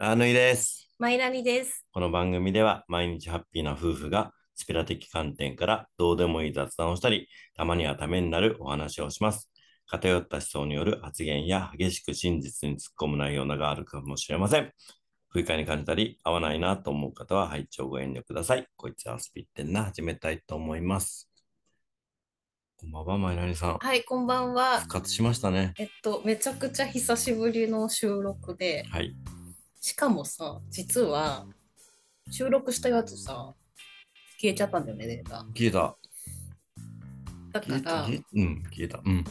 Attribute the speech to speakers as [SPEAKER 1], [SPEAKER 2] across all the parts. [SPEAKER 1] ラーヌイです。
[SPEAKER 2] マイラニです。
[SPEAKER 1] この番組では毎日ハッピーな夫婦がスピラ的観点からどうでもいい雑談をしたり、たまにはためになるお話をします。偏った思想による発言や激しく真実に突っ込む内容などがあるかもしれません。不愉快に感じたり、合わないなと思う方は拝聴ご遠慮ください。こいつはスピってんな、始めたいと思います。こんばんは、マイナリさん。
[SPEAKER 2] はい、こんばんは
[SPEAKER 1] 復。活しましたね。
[SPEAKER 2] えっと、めちゃくちゃ久しぶりの収録で、
[SPEAKER 1] はい。
[SPEAKER 2] しかもさ、実は、収録したやつさ、消えちゃったんだよね、データ。
[SPEAKER 1] 消えた。
[SPEAKER 2] だ
[SPEAKER 1] 消えた。
[SPEAKER 2] か
[SPEAKER 1] 消えうん、消えた。うん。
[SPEAKER 2] ら、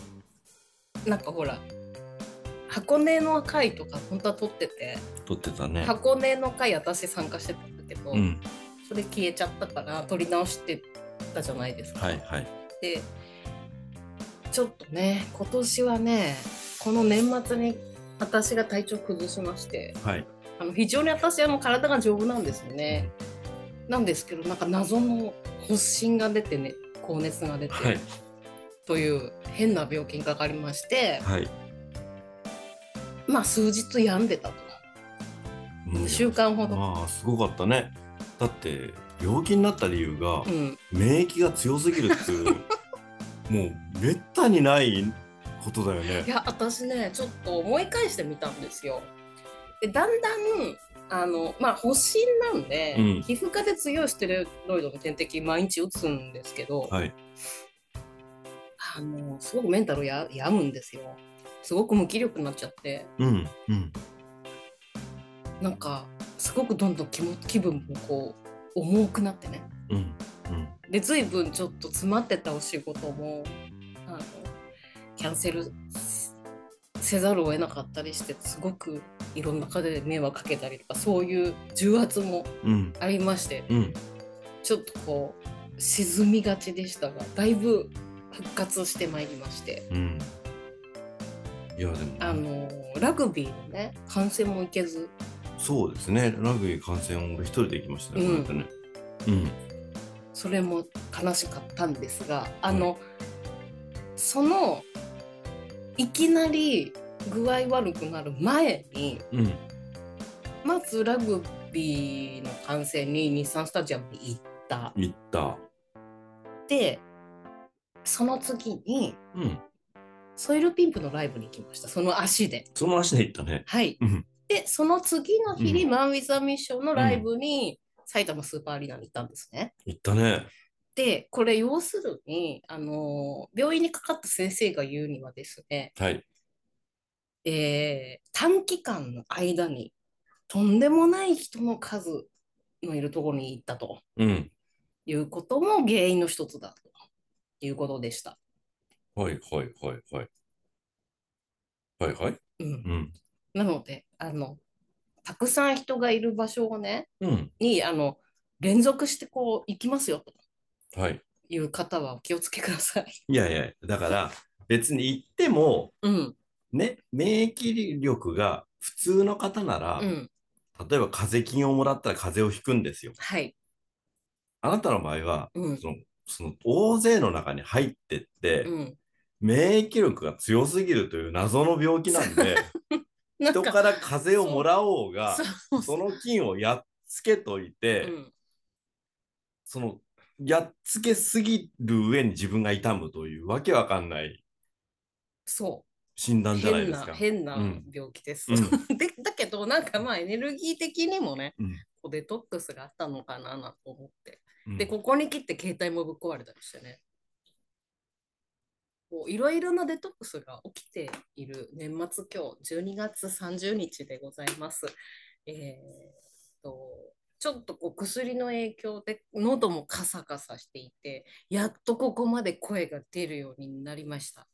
[SPEAKER 2] なんかほら、箱根の回とか、本当は撮ってて、
[SPEAKER 1] 撮ってたね。
[SPEAKER 2] 箱根の回私参加してたんだけど、
[SPEAKER 1] うん。
[SPEAKER 2] それ消えちゃったから、撮り直してたじゃないですか。
[SPEAKER 1] はい、はい。
[SPEAKER 2] でちょっとね今年はねこの年末に私が体調崩しまして
[SPEAKER 1] はい。
[SPEAKER 2] あの非常に私あの体が丈夫なんですよねなんですけどなんか謎の発疹が出てね高熱が出て、
[SPEAKER 1] はい。
[SPEAKER 2] という変な病気にかかりまして
[SPEAKER 1] はい。
[SPEAKER 2] まあ数日病んでたと
[SPEAKER 1] うん
[SPEAKER 2] 2週間ほど、
[SPEAKER 1] まあ、すごかったね。だって、病気になった理由が、
[SPEAKER 2] うん、
[SPEAKER 1] 免疫が強すぎるって いう、もう、めったにないことだよ
[SPEAKER 2] い
[SPEAKER 1] ね。
[SPEAKER 2] や私ねちょっと思い返してみたんですよでだんだんあのまあ発疹なんで、
[SPEAKER 1] うん
[SPEAKER 2] 皮膚科で強いステロイドの点滴毎日打つんですけど、
[SPEAKER 1] はい。
[SPEAKER 2] あのすごくメンタルや病むんですよすごく無気力になっちゃって
[SPEAKER 1] うん。うん。
[SPEAKER 2] なんかすごくどんどん気も気分もこう重くなってね
[SPEAKER 1] うん。うん。
[SPEAKER 2] で随分ちょっと詰まってたお仕事もあのキャンセルせざるを得なかったりしてすごくいろんな方で迷惑かけたりとかそういう重圧も
[SPEAKER 1] うん。
[SPEAKER 2] ありまして
[SPEAKER 1] うん。
[SPEAKER 2] ちょっとこう沈みがちでしたがだいぶ復活してまいりまして
[SPEAKER 1] うん。いや、でも、
[SPEAKER 2] あのラグビーのね観戦も行けず
[SPEAKER 1] そうですね。ラグビー観戦を俺一人で行きましたね。
[SPEAKER 2] うん
[SPEAKER 1] こうやってねうん。
[SPEAKER 2] それも悲しかったんですがあの、そのいきなり具合悪くなる前に
[SPEAKER 1] うん。
[SPEAKER 2] まずラグビーの観戦に日産スタジアムに行った
[SPEAKER 1] 行った。
[SPEAKER 2] でその次に
[SPEAKER 1] うん。
[SPEAKER 2] ソイルピンプのライブに行きましたその足で
[SPEAKER 1] その足で行ったね。
[SPEAKER 2] はい、
[SPEAKER 1] うん
[SPEAKER 2] でその次の日に、
[SPEAKER 1] うん
[SPEAKER 2] マン・ウィザ・ミッションのライブに、埼玉スーパーアリーナに行ったんですね
[SPEAKER 1] 行ったね。
[SPEAKER 2] でこれ要するにあの病院にかかった先生が言うにはですね
[SPEAKER 1] はい。
[SPEAKER 2] えー短期間の間にとんでもない人の数のいるところに行ったと
[SPEAKER 1] うん。
[SPEAKER 2] いうことも原因の一つだということでした。
[SPEAKER 1] はいはいはいはい。はいはい。
[SPEAKER 2] うん、
[SPEAKER 1] うん。
[SPEAKER 2] なのであのたくさん人がいる場所をね
[SPEAKER 1] うん。
[SPEAKER 2] にあの連続してこう行きますよと
[SPEAKER 1] はい。
[SPEAKER 2] いう方はお気をつけください。
[SPEAKER 1] いやいや、だから別に行っても、
[SPEAKER 2] うん
[SPEAKER 1] ね、免疫力が普通の方なら、
[SPEAKER 2] うん
[SPEAKER 1] 例えば風邪菌をもらったら風邪をひくんですよ。
[SPEAKER 2] はい、
[SPEAKER 1] あなたの場合は、
[SPEAKER 2] うん
[SPEAKER 1] その、その大勢の中に入ってって、
[SPEAKER 2] うん、
[SPEAKER 1] 免疫力が強すぎるという謎の病気なん で、
[SPEAKER 2] なん
[SPEAKER 1] 人から風邪をもらおうが、
[SPEAKER 2] そう
[SPEAKER 1] その菌をやっつけといて、
[SPEAKER 2] うん
[SPEAKER 1] そのやっつけすぎる上に自分が痛むというわけわかんない
[SPEAKER 2] そう
[SPEAKER 1] 診断じゃない
[SPEAKER 2] 変
[SPEAKER 1] です
[SPEAKER 2] な
[SPEAKER 1] か。
[SPEAKER 2] 変な
[SPEAKER 1] うん
[SPEAKER 2] 病気です、
[SPEAKER 1] うん
[SPEAKER 2] でだけどなんかまあエネルギー的にもね、
[SPEAKER 1] うん
[SPEAKER 2] こうデトックスがあったのかななんて思って、
[SPEAKER 1] うん
[SPEAKER 2] でここに来て携帯もぶっ壊れたりしてねこういろいろなデトックスが起きている年末今日12月30日でございますえー、とちょっとこう薬の影響で喉もカサカサしていてやっとここまで声が出るようになりました、
[SPEAKER 1] はい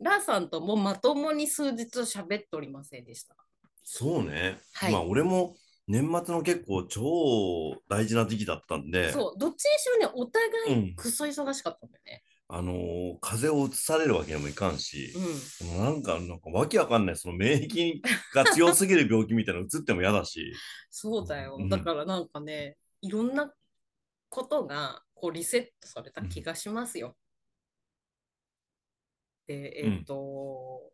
[SPEAKER 2] ラーさんともまともに数日喋っておりませんでした
[SPEAKER 1] そうね、
[SPEAKER 2] はい
[SPEAKER 1] まあ俺も年末の結構超大事な時期だったんで、
[SPEAKER 2] そうどっちにしろねお互
[SPEAKER 1] うん
[SPEAKER 2] いクソ忙しかったんだよね
[SPEAKER 1] あのー風邪をうつされるわけにもいかんし
[SPEAKER 2] う、ん、
[SPEAKER 1] そのなんかなんかわけわかんないその免疫が強すぎる病気みたいなのうつっても嫌だ し、
[SPEAKER 2] そうだよ
[SPEAKER 1] うん
[SPEAKER 2] だからなんかねいろんなことがこうリセットされた気がしますよ、でえっ、と、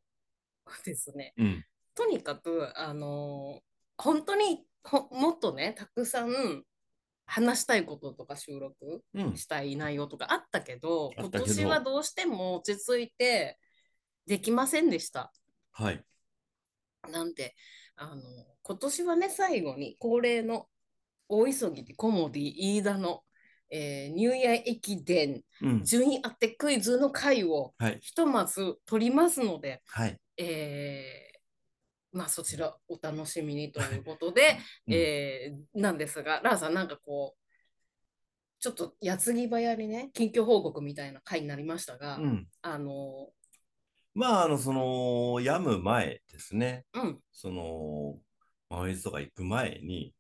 [SPEAKER 2] ですね
[SPEAKER 1] うん
[SPEAKER 2] とにかく、あの本当にほもっとねたくさん話したいこととか収録
[SPEAKER 1] うん。
[SPEAKER 2] したい内容とかあったけど、
[SPEAKER 1] あっ
[SPEAKER 2] 今
[SPEAKER 1] たけど
[SPEAKER 2] 年はどうしても落ち着いてできませんでした。
[SPEAKER 1] はい。
[SPEAKER 2] なんであの今年はね最後に恒例の大急ぎでコモディ飯田の、えーニューイヤー駅伝
[SPEAKER 1] うん。
[SPEAKER 2] 順位当てクイズの回を
[SPEAKER 1] はい。
[SPEAKER 2] ひとまず取りますので、
[SPEAKER 1] はい。
[SPEAKER 2] えーまあそちらお楽しみにということで、
[SPEAKER 1] うん
[SPEAKER 2] えーなんですがラーさんなんかこうちょっと矢継ぎ早にね近況報告みたいな回になりましたが、
[SPEAKER 1] うん。
[SPEAKER 2] あの
[SPEAKER 1] まあ、あの、その、病む前ですね。
[SPEAKER 2] うん
[SPEAKER 1] その、マオイズとか行く前に、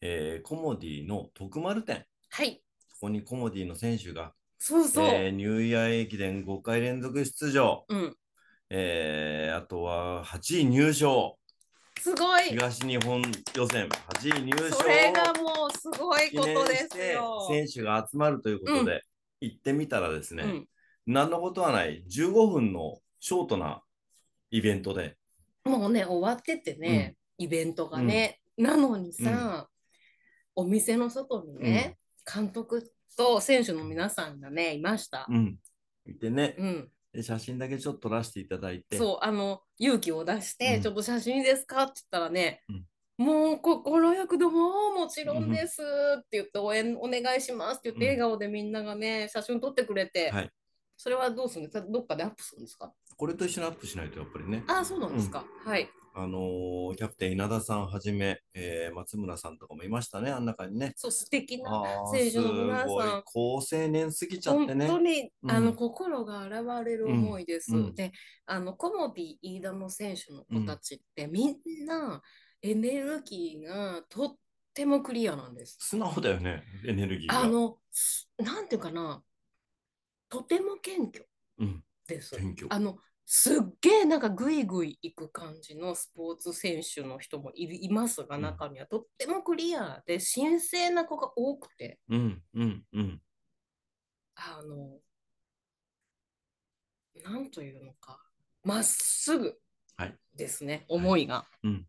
[SPEAKER 1] えーコモディの徳丸店。
[SPEAKER 2] はい
[SPEAKER 1] そこにコモディの選手が、
[SPEAKER 2] そうそう、
[SPEAKER 1] えーニューイヤー駅伝5回連続出場。
[SPEAKER 2] うん
[SPEAKER 1] えーあとは8位入賞。
[SPEAKER 2] すごい
[SPEAKER 1] 東日本予選8位入賞。
[SPEAKER 2] それがもうすごい
[SPEAKER 1] 記
[SPEAKER 2] こ
[SPEAKER 1] 念
[SPEAKER 2] とで
[SPEAKER 1] し
[SPEAKER 2] す
[SPEAKER 1] て
[SPEAKER 2] よ。
[SPEAKER 1] 選手が集まるということで、行ってみたらですね、
[SPEAKER 2] うん
[SPEAKER 1] 何のことはない15分のショートなイベントで、
[SPEAKER 2] もうね終わっててね、イベントがね、なのにさ、お店の外にね、監督と選手の皆さんがねいました。
[SPEAKER 1] うん、いてね、
[SPEAKER 2] うん、
[SPEAKER 1] で写真だけちょっと撮らせていただいて、
[SPEAKER 2] そうあの勇気を出して、
[SPEAKER 1] うん
[SPEAKER 2] ちょっと写真ですかって言ったらね、
[SPEAKER 1] うん
[SPEAKER 2] もう心よくどうももちろんですって言って応援お願いしますって言って、
[SPEAKER 1] うん
[SPEAKER 2] 笑顔でみんながね写真撮ってくれて、
[SPEAKER 1] はい
[SPEAKER 2] それはどうするんですかどっかでアップするんですか
[SPEAKER 1] これと一緒にアップしないとやっぱりね、
[SPEAKER 2] ああそうなんですか、はい
[SPEAKER 1] あのーキャプテン稲田さんはじめ、えー松村さんとかもいましたね、あん中にね。
[SPEAKER 2] そう素敵な
[SPEAKER 1] あー
[SPEAKER 2] 選手の皆さ
[SPEAKER 1] す
[SPEAKER 2] ん
[SPEAKER 1] ごい好青年すぎちゃって
[SPEAKER 2] 本当
[SPEAKER 1] ね。
[SPEAKER 2] に、
[SPEAKER 1] うん
[SPEAKER 2] あの心が現れる思いです。
[SPEAKER 1] うんうん
[SPEAKER 2] であのコモディ飯田の選手の子たちって、みんなエネルギーがとってもクリアなんです。
[SPEAKER 1] 素直だよね、エネルギーが。
[SPEAKER 2] あのすなんていうかなとても謙虚
[SPEAKER 1] うん、
[SPEAKER 2] です。
[SPEAKER 1] 謙虚。
[SPEAKER 2] あのすっげえなんかグイグイ行く感じのスポーツ選手の人もいるいますが
[SPEAKER 1] うん
[SPEAKER 2] 中にはとってもクリアで神聖な子が多くて
[SPEAKER 1] うん、うん、うん。
[SPEAKER 2] あの、なんというのか、まっすぐ
[SPEAKER 1] はい
[SPEAKER 2] ですね、
[SPEAKER 1] い
[SPEAKER 2] 思いが。
[SPEAKER 1] 今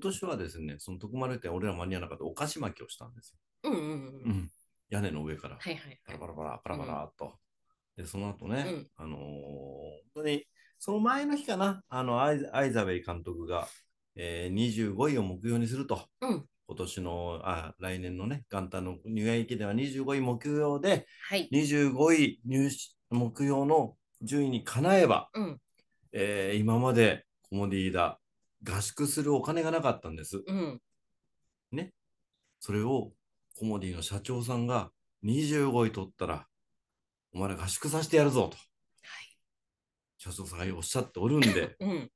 [SPEAKER 1] 年はですね、その徳丸店、俺ら間に合わなかったお菓子巻きをしたんです
[SPEAKER 2] うんうん
[SPEAKER 1] よ。
[SPEAKER 2] うん。
[SPEAKER 1] 屋根の上から、
[SPEAKER 2] はいはい
[SPEAKER 1] パラ
[SPEAKER 2] はい。
[SPEAKER 1] パラパラ、パラパラっと。で、その後ね、
[SPEAKER 2] うん
[SPEAKER 1] あのー本当に、その前の日かな、あの、アイアイザベイ監督が、えー、25位を目標にすると、
[SPEAKER 2] うん。
[SPEAKER 1] 今年の、あ、来年のね、元旦の入園駅では25位目標で、
[SPEAKER 2] はい。
[SPEAKER 1] 25位入試目標の順位にかなえば、
[SPEAKER 2] うん
[SPEAKER 1] えー今までコモディーダ合宿するお金がなかったんです。
[SPEAKER 2] うん。
[SPEAKER 1] それをコモディの社長さんが25位取ったら、お前ら合宿させてやるぞと、
[SPEAKER 2] はい。、
[SPEAKER 1] 社長さんがおっしゃっておるんで
[SPEAKER 2] うん。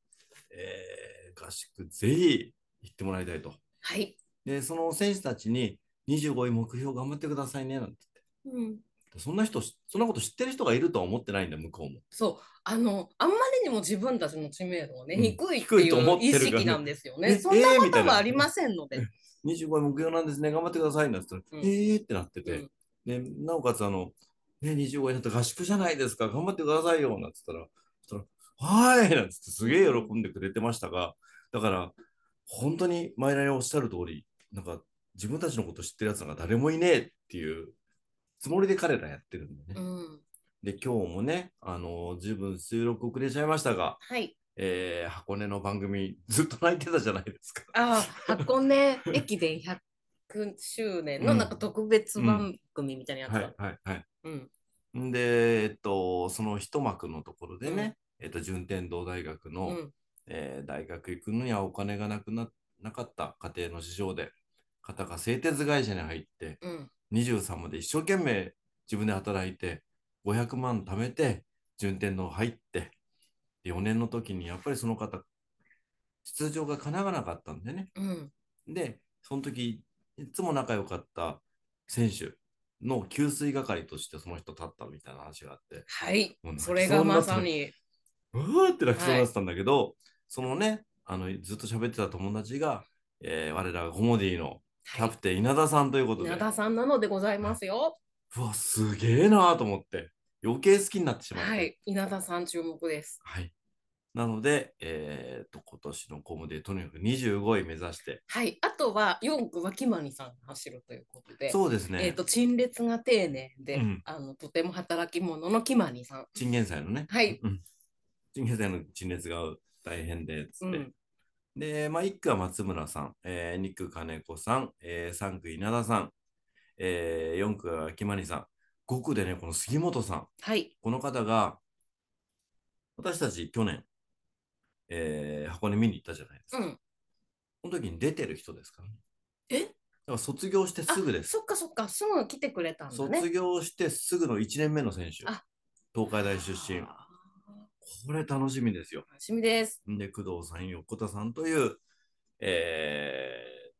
[SPEAKER 1] えー合宿ぜひ行ってもらいたいと。
[SPEAKER 2] はい。
[SPEAKER 1] で、その選手たちに25位目標頑張ってくださいねなんて
[SPEAKER 2] うん。
[SPEAKER 1] 言って。そんな人、そんなこと知ってる人がいるとは思ってないんだ、向こうも。
[SPEAKER 2] そう、あの、あんまりにも自分たちの知名度をね、
[SPEAKER 1] うん
[SPEAKER 2] 低いって
[SPEAKER 1] 低い
[SPEAKER 2] い
[SPEAKER 1] と思っ
[SPEAKER 2] う
[SPEAKER 1] てる
[SPEAKER 2] 意
[SPEAKER 1] からね
[SPEAKER 2] 識なんですよ
[SPEAKER 1] え
[SPEAKER 2] ね。そんな
[SPEAKER 1] えー
[SPEAKER 2] こ
[SPEAKER 1] みたい
[SPEAKER 2] と
[SPEAKER 1] な
[SPEAKER 2] はありませんので。
[SPEAKER 1] 25位目標なんですね、頑張ってくださいなんて言ったら、
[SPEAKER 2] うん
[SPEAKER 1] えーってなってて。
[SPEAKER 2] うん
[SPEAKER 1] で、なおかつ、あの、ね、25位だったら合宿じゃないですか、頑張ってくださいよ、なんつったら、そしたら、はーいなんつってすげえ喜んでくれてましたが、だから、本当に前田におっしゃる通り、なんか、自分たちのこと知ってるやつなんか誰もいねえっていうつもりで彼らやってるんで
[SPEAKER 2] う
[SPEAKER 1] ね。
[SPEAKER 2] ん。
[SPEAKER 1] で、今日もね、あの、十分収録遅れちゃいましたが、
[SPEAKER 2] はい。
[SPEAKER 1] えー箱根の番組、ずっと泣いてたじゃないですか。
[SPEAKER 2] あー、箱根駅伝100周年のなんか特別番組みたいなやつ
[SPEAKER 1] は
[SPEAKER 2] だ
[SPEAKER 1] い、はい、はい。
[SPEAKER 2] うん。
[SPEAKER 1] んで、えっと、その一幕のところでね、えっと、順天堂大学
[SPEAKER 2] う
[SPEAKER 1] の、
[SPEAKER 2] ん。
[SPEAKER 1] えー大学行くのにはお金がなくななかった家庭の事情で、方が製鉄会社に入って、
[SPEAKER 2] うん。
[SPEAKER 1] 23まで一生懸命自分で働いて、500万貯めて、順天堂入って、で4年の時にやっぱりその方、出場が叶わなかったんでね、
[SPEAKER 2] うん。
[SPEAKER 1] で、その時、いつも仲良かった選手の給水係としてその人立ったみたいな話があって、
[SPEAKER 2] はい
[SPEAKER 1] もう。泣き
[SPEAKER 2] それがまさに。
[SPEAKER 1] うわーって泣きそうになってたんだけど、そのね、あのずっと喋ってた友達が、えー我らがコモディのキャプテン稲田さんということで、
[SPEAKER 2] 稲田さんなのでございますよ。
[SPEAKER 1] うわ、すげえなーと思って、余計好きになってしまって、
[SPEAKER 2] はい、稲田さん注目です。
[SPEAKER 1] はいなので、えー、と今年のコムでとにかく25位目指して、
[SPEAKER 2] はい、あとは4区はキマニさんが走るということで、
[SPEAKER 1] そうです
[SPEAKER 2] えー、
[SPEAKER 1] ね、
[SPEAKER 2] と陳列が丁寧で、
[SPEAKER 1] うん
[SPEAKER 2] あのとても働き者のキマニさん。
[SPEAKER 1] チンゲン祭のね、
[SPEAKER 2] はい
[SPEAKER 1] うん、チンゲン祭の陳列が大変でつ
[SPEAKER 2] う
[SPEAKER 1] って、
[SPEAKER 2] ん、
[SPEAKER 1] で、まあ、1区は松村さん、えー、2区金子さん、えー、3区稲田さん、えー、4区は秋まりさん、5区でね、この杉本さん、
[SPEAKER 2] はい、
[SPEAKER 1] この方が、私たち去年、えー、箱根見に行ったじゃないです
[SPEAKER 2] う
[SPEAKER 1] か。
[SPEAKER 2] ん、
[SPEAKER 1] この時に出てる人ですからね。
[SPEAKER 2] え
[SPEAKER 1] だから卒業してすぐです。
[SPEAKER 2] そっかそっか、すぐ来てくれたんだね。
[SPEAKER 1] 卒業してすぐの1年目の選手
[SPEAKER 2] あ、
[SPEAKER 1] 東海大出身。
[SPEAKER 2] あ
[SPEAKER 1] これ楽しみですよ。
[SPEAKER 2] ー楽しみです。
[SPEAKER 1] で、工藤さん、横田さんという、えー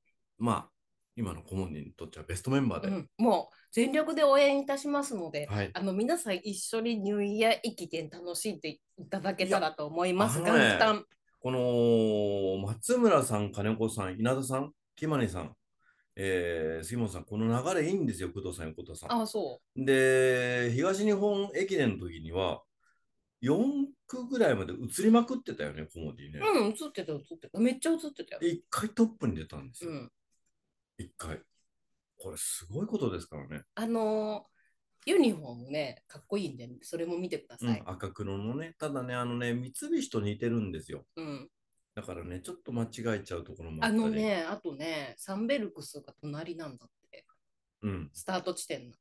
[SPEAKER 1] まあ、今の顧問にとってはベストメンバーで、
[SPEAKER 2] うん、もう全力で応援いたしますので、
[SPEAKER 1] はい。
[SPEAKER 2] あの皆さん一緒にニューイヤー駅伝楽しんでいただけたらと思います。
[SPEAKER 1] いや
[SPEAKER 2] 元
[SPEAKER 1] あのね
[SPEAKER 2] 旦、
[SPEAKER 1] この、松村さん、金子さん、稲田さん、木マネさん、えー杉本さん、この流れいいんですよ、工藤さん、横田さ
[SPEAKER 2] あ、そ
[SPEAKER 1] ん。で、東日本駅伝の時には、4区ぐらいまで移りまくってたよね、コモディね
[SPEAKER 2] う、。うん、映ってた、映ってた、めっちゃ映ってたよ。
[SPEAKER 1] 一回トップに出たんです
[SPEAKER 2] う
[SPEAKER 1] よ、
[SPEAKER 2] ん。
[SPEAKER 1] 一回。これ、すごいことですからね。
[SPEAKER 2] あのーユニフォームね、かっこいいんで、それも見てください。
[SPEAKER 1] うん、赤黒のね、ただね、あのね、三菱と似てるんですよ。
[SPEAKER 2] うん
[SPEAKER 1] だからね、ちょっと間違えちゃうところもあ
[SPEAKER 2] あ
[SPEAKER 1] ったり。
[SPEAKER 2] のね、あとね、サンベルクスが隣なんだって、
[SPEAKER 1] うん、
[SPEAKER 2] スタート地点の。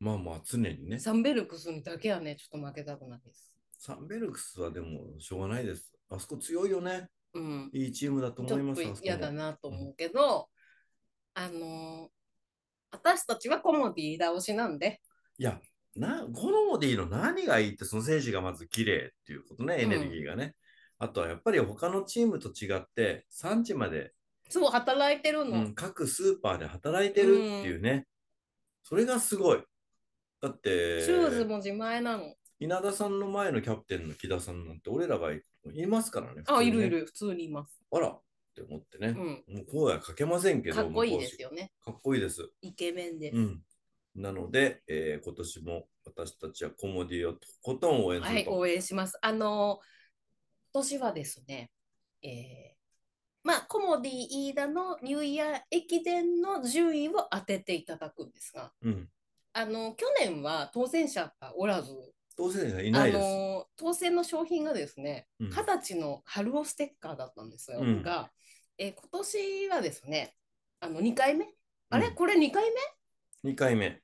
[SPEAKER 1] まあまあ、常にね。
[SPEAKER 2] サンベルクスにだけはね、ちょっと負けたくないです。
[SPEAKER 1] サンベルクスはでも、しょうがないです。あそこ強いよね。
[SPEAKER 2] うん。
[SPEAKER 1] いいチームだと
[SPEAKER 2] ち
[SPEAKER 1] 思い
[SPEAKER 2] ょ
[SPEAKER 1] ま
[SPEAKER 2] っ
[SPEAKER 1] す。
[SPEAKER 2] と
[SPEAKER 1] あそこも
[SPEAKER 2] 嫌だなと思うけど、あのー私たちはコモディ倒しなんで、
[SPEAKER 1] いや、な、ゴロモディの何がいいって、その選手がまず綺麗っていうことね、エネルギーがね。あとはやっぱり他のチームと違って、産地まで、
[SPEAKER 2] そう働いてるの。
[SPEAKER 1] うん、各スーパーで働いてるっていうね。それがすごい。だって、
[SPEAKER 2] シューズも自前なの。
[SPEAKER 1] 稲田さんの前のキャプテンの木田さんなんて俺らがいますからね。
[SPEAKER 2] あ、
[SPEAKER 1] 普通
[SPEAKER 2] い
[SPEAKER 1] にね
[SPEAKER 2] るい。る、普通にいます。
[SPEAKER 1] あらって思ってね
[SPEAKER 2] う。ん。
[SPEAKER 1] もう声はかけませんけど、
[SPEAKER 2] かっこいいです
[SPEAKER 1] よ。
[SPEAKER 2] よね。
[SPEAKER 1] かっこいいです。
[SPEAKER 2] イケメンで
[SPEAKER 1] う。ん。なので、えー今年も私たちはコモディをとことん応援す
[SPEAKER 2] は
[SPEAKER 1] る
[SPEAKER 2] い、
[SPEAKER 1] と。
[SPEAKER 2] 応援します。あの、今年はですね、えーまあ、コモディ飯田のニューイヤー駅伝の順位を当てていただくんですが、
[SPEAKER 1] うん。
[SPEAKER 2] あの、去年は当選者がおらず、
[SPEAKER 1] 当選者いないです。
[SPEAKER 2] あの、当選の商品がですね、
[SPEAKER 1] うん
[SPEAKER 2] 二十歳の春尾ステッカーだったんですよ、
[SPEAKER 1] うん
[SPEAKER 2] が、えー今年はですね、あの、2回目あれ、
[SPEAKER 1] うん
[SPEAKER 2] これ2回目
[SPEAKER 1] 二回目。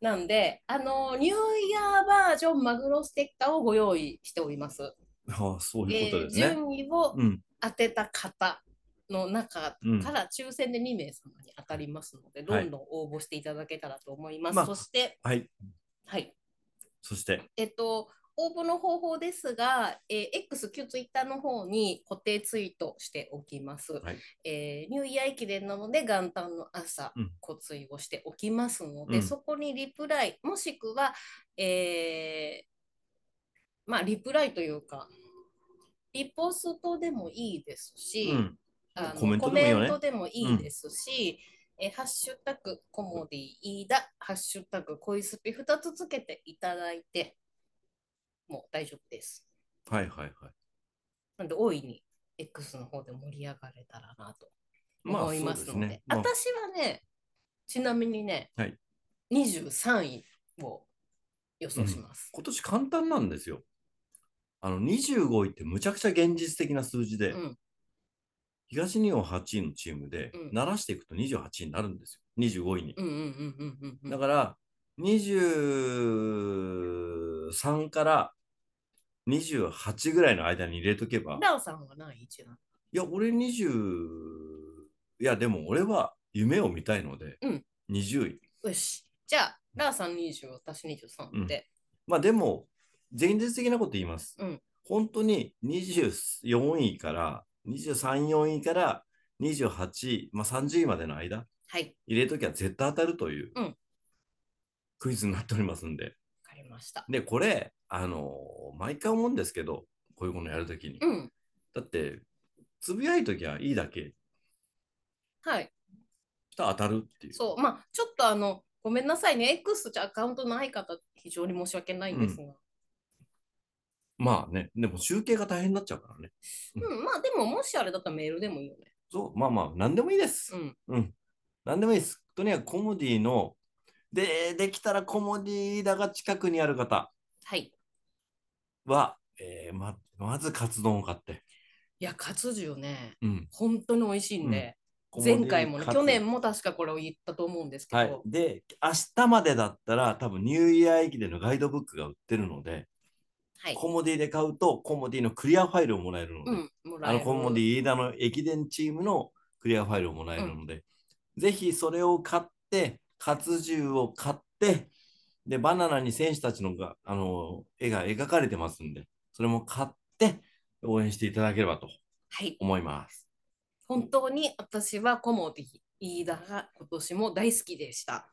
[SPEAKER 2] なんで、あの、ニューイヤーバージョンマグロステッカーをご用意しております。
[SPEAKER 1] ああ、そういうことです
[SPEAKER 2] えー
[SPEAKER 1] ね。
[SPEAKER 2] 順位を
[SPEAKER 1] うん。
[SPEAKER 2] 当てた方の中か
[SPEAKER 1] うん
[SPEAKER 2] ら抽選で2名様に当たりますの
[SPEAKER 1] は
[SPEAKER 2] で、
[SPEAKER 1] い
[SPEAKER 2] どんどん応募していただけたらと思います。
[SPEAKER 1] まあ
[SPEAKER 2] そして、
[SPEAKER 1] はい。
[SPEAKER 2] はい、
[SPEAKER 1] そして、
[SPEAKER 2] えっと、応募の方法ですが、えー X、旧 Twitter の方に固定ツイートしておきます。
[SPEAKER 1] はい
[SPEAKER 2] えーニューイヤー駅伝なので元旦の朝、
[SPEAKER 1] うん
[SPEAKER 2] 固ツイをしておきますので、
[SPEAKER 1] うん
[SPEAKER 2] そこにリプライ、もしくは、えーまあ、リプライというか、リポストでもいいですし、
[SPEAKER 1] うん。
[SPEAKER 2] あの
[SPEAKER 1] コ
[SPEAKER 2] コメ
[SPEAKER 1] メントでもいいよね
[SPEAKER 2] ントでもいいですし、えーハッシュタグコモディイイダ、ハッシュタグ恋スピ2つつけていただいてもう大丈夫です。
[SPEAKER 1] はいはいはい。
[SPEAKER 2] なんで大いに X の方で盛り上がれたらなと
[SPEAKER 1] まあ、
[SPEAKER 2] 思いま
[SPEAKER 1] そうで
[SPEAKER 2] すの
[SPEAKER 1] す
[SPEAKER 2] で,、
[SPEAKER 1] ね。まあ
[SPEAKER 2] 私はねちなみにね、
[SPEAKER 1] はい
[SPEAKER 2] 23位を予想します。
[SPEAKER 1] 今年簡単なんですよ。あの25位ってむちゃくちゃ現実的な数字で、
[SPEAKER 2] うん
[SPEAKER 1] 東日本8位のチームで、
[SPEAKER 2] うん
[SPEAKER 1] 鳴らしていくと28位になるんですよ、25位に。
[SPEAKER 2] うんうんうんうんうんう
[SPEAKER 1] だ
[SPEAKER 2] ん
[SPEAKER 1] から、23から28ぐらいの間に入れとけば、
[SPEAKER 2] ラオさんは何位一覧
[SPEAKER 1] いや、俺20、いや、でも俺は夢を見たいので、
[SPEAKER 2] うん
[SPEAKER 1] 20位。
[SPEAKER 2] よし。じゃあ、ラーさん20、私23で。
[SPEAKER 1] まあでも、現実的なこと言います。
[SPEAKER 2] うん
[SPEAKER 1] 本当に24位から、23、4位から28位、まあ、30位までの間、
[SPEAKER 2] はい、
[SPEAKER 1] 入れときは絶対当たるという、
[SPEAKER 2] うん
[SPEAKER 1] クイズになっておりますんで。
[SPEAKER 2] わかりました。
[SPEAKER 1] で、これ、あのー毎回思うんですけど、こういうのやるときに。
[SPEAKER 2] うん。
[SPEAKER 1] だって、つぶやいときはいいだけ、
[SPEAKER 2] はい。
[SPEAKER 1] したら当たるっていう。
[SPEAKER 2] そう、まあ、ちょっとあの、ごめんなさいね。X じゃアカウントない方、非常に申し訳ないんですが、
[SPEAKER 1] まあね、でも集計が大変になっちゃうからね。
[SPEAKER 2] うん、まあでももしあれだったらメールでもいいよね。
[SPEAKER 1] そう、まあまあ、なんでもいいです
[SPEAKER 2] う。ん。
[SPEAKER 1] うん。なんでもいいです。とにかくコモディの、で、できたらコモディだが近くにある方
[SPEAKER 2] はい。
[SPEAKER 1] は、えーままずカツ丼を買って。
[SPEAKER 2] いや、カツ重ね、
[SPEAKER 1] うん。
[SPEAKER 2] 本当に美味しいんで、
[SPEAKER 1] コモディ
[SPEAKER 2] 前回もね、
[SPEAKER 1] カツ
[SPEAKER 2] 去年も確かこれを言ったと思うんですけど、
[SPEAKER 1] はい。で、明日までだったら、多分ニューイヤー駅伝のガイドブックが売ってるので、
[SPEAKER 2] はい。
[SPEAKER 1] コモディで買うと、コモディのクリアファイルをもらえるので、
[SPEAKER 2] うん、もら
[SPEAKER 1] あ
[SPEAKER 2] え
[SPEAKER 1] の
[SPEAKER 2] る
[SPEAKER 1] コモディ飯田の駅伝チームのクリアファイルをもらえるので、ぜひそれを買って、活重を買って、で、バナナに選手たちのがあの絵が描かれてますんで、それも買って応援していただければと
[SPEAKER 2] はい。
[SPEAKER 1] 思います。
[SPEAKER 2] 本当に私はコモディ、飯田が今年も大好きでした。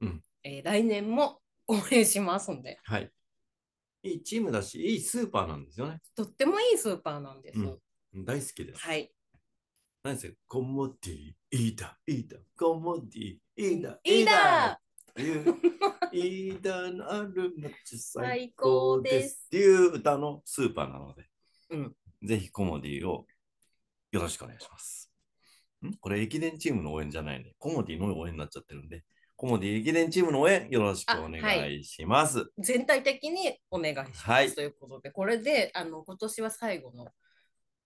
[SPEAKER 1] うん
[SPEAKER 2] えー来年も応援しますんで、
[SPEAKER 1] はい。いいチームだし、いいスーパーなんですよね。
[SPEAKER 2] とってもいいスーパーなんです。
[SPEAKER 1] うん大好きです。
[SPEAKER 2] はい。
[SPEAKER 1] 何ですかコモディ、飯田、飯田、コモディ、飯田、
[SPEAKER 2] 飯田
[SPEAKER 1] っていう、飯田のある街最高です。っていう歌のスーパーなので、
[SPEAKER 2] うん
[SPEAKER 1] ぜひコモディをよろしくお願いします。んこれ駅伝チームの応援じゃないね。コモディの応援になっちゃってるんで、コモディ駅伝チームの応援よろしくお
[SPEAKER 2] あは
[SPEAKER 1] 願い
[SPEAKER 2] い
[SPEAKER 1] します。
[SPEAKER 2] 全体的にお願いします、
[SPEAKER 1] はい
[SPEAKER 2] ということで、これであの今年は最後の、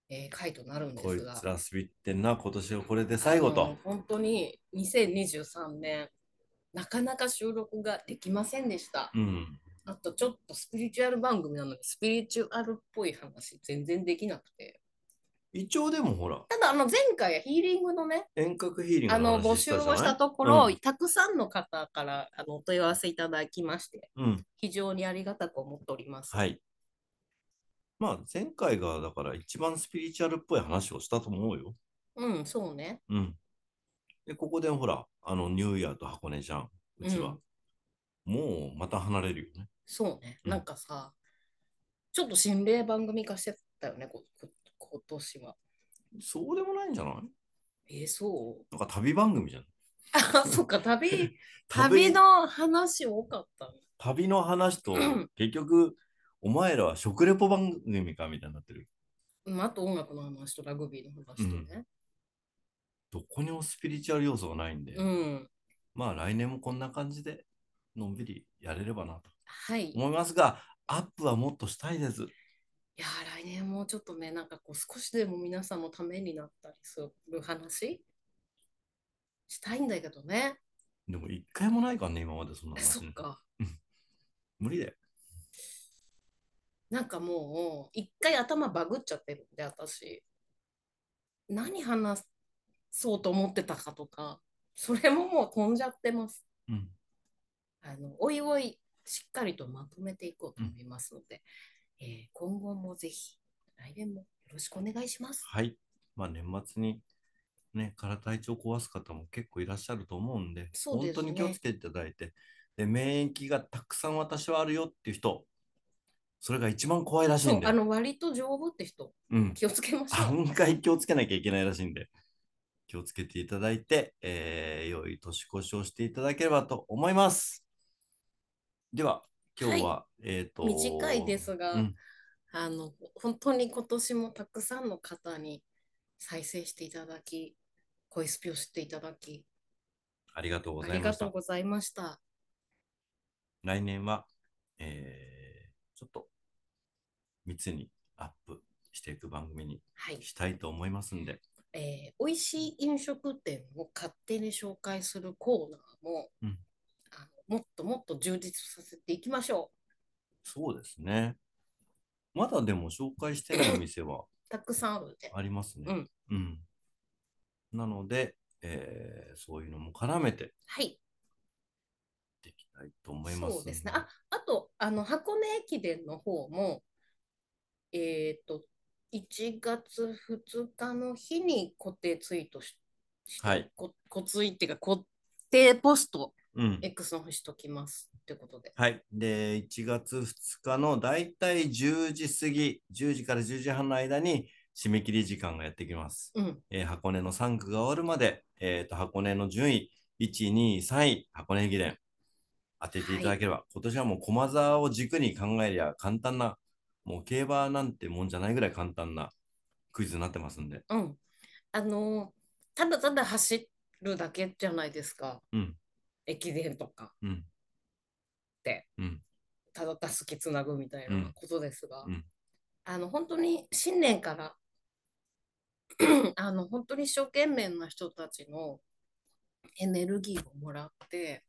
[SPEAKER 2] えー回となるんで
[SPEAKER 1] こい
[SPEAKER 2] すが、
[SPEAKER 1] つら滑ってんな、今年はこれで最後
[SPEAKER 2] あ
[SPEAKER 1] と
[SPEAKER 2] の。本当に2023年、なかなか収録ができませんでした。
[SPEAKER 1] うん。
[SPEAKER 2] あとちょっとスピリチュアル番組なので、スピリチュアルっぽい話全然できなくて。
[SPEAKER 1] 一応でもほら、
[SPEAKER 2] ただ、あの前回ヒーリングのね、
[SPEAKER 1] 遠隔ヒーリング
[SPEAKER 2] あの募
[SPEAKER 1] 話
[SPEAKER 2] 集
[SPEAKER 1] たじゃない
[SPEAKER 2] をしたところ、
[SPEAKER 1] うん
[SPEAKER 2] たくさんの方からあのお問い合わせいただきまして、
[SPEAKER 1] うん。
[SPEAKER 2] 非常にありがたく思っております。
[SPEAKER 1] はい。まあ、前回がだから一番スピリチュアルっぽい話をしたと思うよ。
[SPEAKER 2] うん、そうね。
[SPEAKER 1] うん。で、ここでほら、あの、ニューイヤーと箱根じゃん、うちは。もうまた離れるよね。
[SPEAKER 2] そうね。
[SPEAKER 1] うん
[SPEAKER 2] なんかさ、ちょっと心霊番組化してたよね、ここ今年は。
[SPEAKER 1] そうでもないんじゃない
[SPEAKER 2] えーそう。
[SPEAKER 1] なんか旅番組じゃん。
[SPEAKER 2] あ、そっか、旅、
[SPEAKER 1] 旅
[SPEAKER 2] 旅の話多かったね。
[SPEAKER 1] 旅の話 と
[SPEAKER 2] うん、
[SPEAKER 1] 結局、お前らは食レポ番組かみたいになってる。
[SPEAKER 2] うんあと音楽の話とラグビーの話とね。
[SPEAKER 1] どこにもスピリチュアル要素がないんで、
[SPEAKER 2] うん。
[SPEAKER 1] まあ来年もこんな感じで、のんびりやれればなと
[SPEAKER 2] はい。
[SPEAKER 1] 思いますが、アップはもっとしたいです。
[SPEAKER 2] いやー来年もちょっとね、なんかこう少しでも皆さんのためになったりする話したいんだけどね。
[SPEAKER 1] でも一回もないからね、今までそんな話
[SPEAKER 2] そっか。
[SPEAKER 1] 無理だよ。
[SPEAKER 2] なんかもう、一回頭バグっちゃってるんで、私。何話そうと思ってたかとか、それももう飛んじゃってます。
[SPEAKER 1] うん。
[SPEAKER 2] あの、おいおい、しっかりとまとめていこうと思いますので、えー今後もぜひ、来年もよろしくお願いします。
[SPEAKER 1] はい。まあ年末にね、から体調壊す方も結構いらっしゃると思うんで、
[SPEAKER 2] そうです
[SPEAKER 1] 本
[SPEAKER 2] ね
[SPEAKER 1] 当に気をつけていただいて、で、免疫がたくさん私はあるよっていう人、それが一番怖いらしい
[SPEAKER 2] そ
[SPEAKER 1] ん
[SPEAKER 2] う、
[SPEAKER 1] で、
[SPEAKER 2] あの、割と丈夫って人、
[SPEAKER 1] うん。
[SPEAKER 2] 気をつけましょう。
[SPEAKER 1] 案外気をつけなきゃいけないらしいんで、気をつけていただいて、えー良い年越しをしていただければと思います。では、今日は、えっ、と、
[SPEAKER 2] 短いですが
[SPEAKER 1] うん
[SPEAKER 2] あの本当に今年もたくさんの方に再生していただき、恋スピを知っていただき、
[SPEAKER 1] ありがとうご
[SPEAKER 2] あ
[SPEAKER 1] ざい
[SPEAKER 2] り
[SPEAKER 1] ま
[SPEAKER 2] が
[SPEAKER 1] した
[SPEAKER 2] とう。ございました。
[SPEAKER 1] 来年は、えーちょっと密にアップしていく番組に
[SPEAKER 2] はい、
[SPEAKER 1] したいと思いますんで、
[SPEAKER 2] えー美味しい飲食店を勝手に紹介するコーナーも、
[SPEAKER 1] うん
[SPEAKER 2] あのもっともっと充実させていきましょ
[SPEAKER 1] そうですね。まだでも紹介してないお店は
[SPEAKER 2] う。たくさんあるんで。
[SPEAKER 1] ありますね。
[SPEAKER 2] うん
[SPEAKER 1] うんなので、えーそういうのも絡めてやっ
[SPEAKER 2] はい、
[SPEAKER 1] ていきたいと思いますん。
[SPEAKER 2] そうですね。ああとあの、箱根駅伝の方も、えっ、と、1月2日の日に固定ツイートしして、
[SPEAKER 1] はい
[SPEAKER 2] こ固ツイっていうか、固定ポスト
[SPEAKER 1] うん。
[SPEAKER 2] X の方にしときますってことで。
[SPEAKER 1] はい。で、1月2日のだいたい10時過ぎ、10時から10時半の間に締め切り時間がやってきます。
[SPEAKER 2] うん、
[SPEAKER 1] えー箱根の3区が終わるまで、えーと箱根の順位、1、2、3位、箱根駅伝、当てていただければ、今年はもう駒沢を軸に考えりゃ簡単なもう競馬なんてもんじゃないぐらい簡単なクイズになってますんで。
[SPEAKER 2] うん。あの、ただただ走るだけじゃないですか。
[SPEAKER 1] うん。
[SPEAKER 2] 駅伝とか、
[SPEAKER 1] うん。
[SPEAKER 2] で
[SPEAKER 1] うん。
[SPEAKER 2] ただたすきつなぐみたい
[SPEAKER 1] うん
[SPEAKER 2] なことですが、
[SPEAKER 1] うん
[SPEAKER 2] あの、本当に新年から、 あの、本当に一生懸命な人たちのエネルギーをもらって、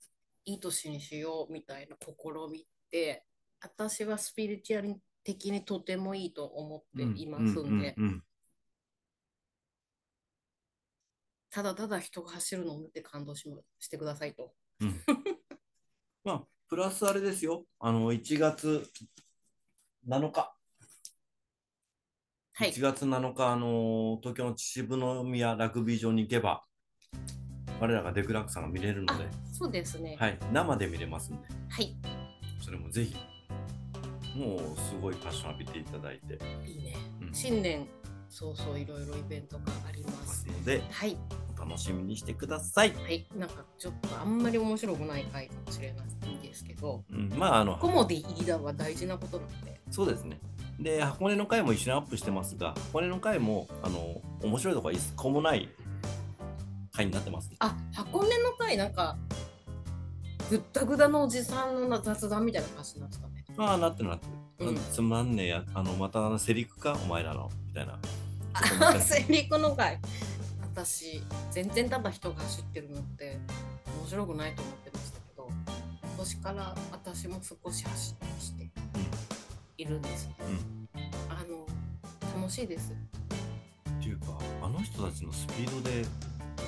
[SPEAKER 2] いい年にしようみたいな試みって、私はスピリチュアル的にとてもいいと思っていますんで、
[SPEAKER 1] うんうんうん
[SPEAKER 2] ただただ人が走るのを見て感動しましてくださいと。
[SPEAKER 1] まあ、プラスあれですよ。あの、1月7日。
[SPEAKER 2] はい
[SPEAKER 1] 1。月7日、あの東京の秩父宮ラグビー場に行けば、我らがデクラックさんが見れるの
[SPEAKER 2] あ
[SPEAKER 1] で、、
[SPEAKER 2] そうですね。
[SPEAKER 1] はい、生で見れますんで、
[SPEAKER 2] はい。
[SPEAKER 1] それもぜひ、もうすごいパッション浴びていただいて
[SPEAKER 2] いいね
[SPEAKER 1] う。ん
[SPEAKER 2] 新年早々いろいろイベントがありま
[SPEAKER 1] ますす。ので、
[SPEAKER 2] はい。
[SPEAKER 1] お楽しみにしてください。
[SPEAKER 2] はい。なんかちょっとあんまり面白くない回かもしれないですけど、
[SPEAKER 1] うん、まあ、あ
[SPEAKER 2] コ
[SPEAKER 1] の、
[SPEAKER 2] モディリーダーは大事なことなんで。
[SPEAKER 1] そうですね。で、箱根の回も一緒にアップしてますが、箱根の回も、あの、面白いとこは一個もない回になってます。
[SPEAKER 2] あ、箱根の回なんか、ぐったぐだのおじさんの雑談みたいな感じになってたね。
[SPEAKER 1] まあ、なってるなってる。
[SPEAKER 2] うん
[SPEAKER 1] つまんねえや、あの、またあのセリクか、お前らの、みたいな。ちょっと待っ
[SPEAKER 2] あ、
[SPEAKER 1] て
[SPEAKER 2] セリコの回。私、全然ただ人が走ってるのって面白くないと思ってましたけど、今年から私も少し走ってきているんですね。あの、楽しいです。
[SPEAKER 1] っていうかあの人たちのスピードで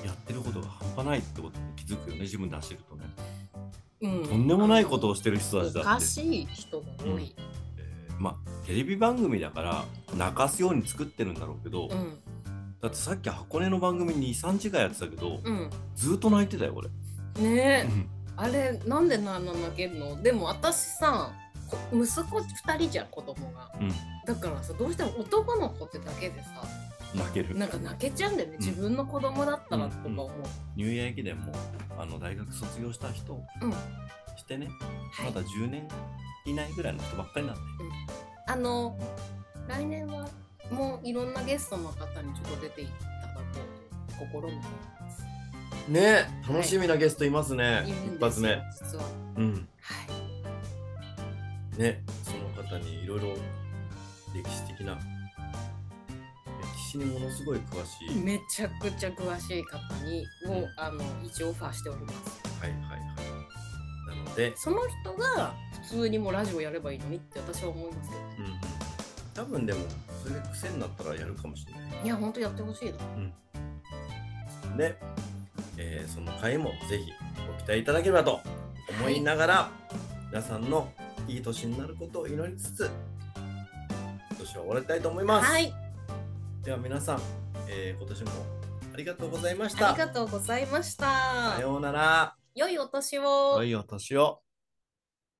[SPEAKER 1] やってることが半端ないってことに気づくよね自分で走るとね、
[SPEAKER 2] うん
[SPEAKER 1] とんでもないことをしてる人たち
[SPEAKER 2] お
[SPEAKER 1] だ
[SPEAKER 2] か
[SPEAKER 1] って、
[SPEAKER 2] しい人が多い。
[SPEAKER 1] えーまあテレビ番組だから泣かすように作ってるんだろうけど、
[SPEAKER 2] うん、
[SPEAKER 1] だってさっき箱根の番組23時間やってたけど、
[SPEAKER 2] うん、
[SPEAKER 1] ずっと泣いてたよ俺、
[SPEAKER 2] ねえ、
[SPEAKER 1] うん
[SPEAKER 2] あれなんでなんな泣けるのでも私さこ息子2人じゃん子供が
[SPEAKER 1] うん
[SPEAKER 2] だからさどうしても男の子ってだけでさ
[SPEAKER 1] 泣ける
[SPEAKER 2] なんか泣けちゃうんだよね、自分の子供だったらとか思う、
[SPEAKER 1] ニューイヤー駅伝もあの大学卒業した人
[SPEAKER 2] うん
[SPEAKER 1] してね、
[SPEAKER 2] はい
[SPEAKER 1] まだ10年以内ぐらいの人ばっかりなんで、
[SPEAKER 2] あの来年はもういろんなゲストの方にちょっと出ていただこうと心も
[SPEAKER 1] ね
[SPEAKER 2] 楽し
[SPEAKER 1] みなゲストいますね、
[SPEAKER 2] いるんですよ実は
[SPEAKER 1] うん
[SPEAKER 2] はい
[SPEAKER 1] ね、その方にいろいろ歴史的な歴史にものすごい詳しい、はい
[SPEAKER 2] めちゃくちゃ詳しい方にを、
[SPEAKER 1] うん
[SPEAKER 2] あの一応オファーしております
[SPEAKER 1] はいはいなので、
[SPEAKER 2] その人が普通にもうラジオやればいいのにって私は思いますけど
[SPEAKER 1] うんうん、多分でもそれで癖になったらやるかもしれない
[SPEAKER 2] いや本当やってほしいな
[SPEAKER 1] で、えーその回もぜひご期待いただければと思いながら、皆さんのいい年になることを祈りつつ今年は終わりたいと思います、
[SPEAKER 2] はい
[SPEAKER 1] では皆さん、えー今年もありがとうございました
[SPEAKER 2] ありがとうございまし
[SPEAKER 1] さ
[SPEAKER 2] た
[SPEAKER 1] ようなら
[SPEAKER 2] 良いお年を
[SPEAKER 1] 良いお年を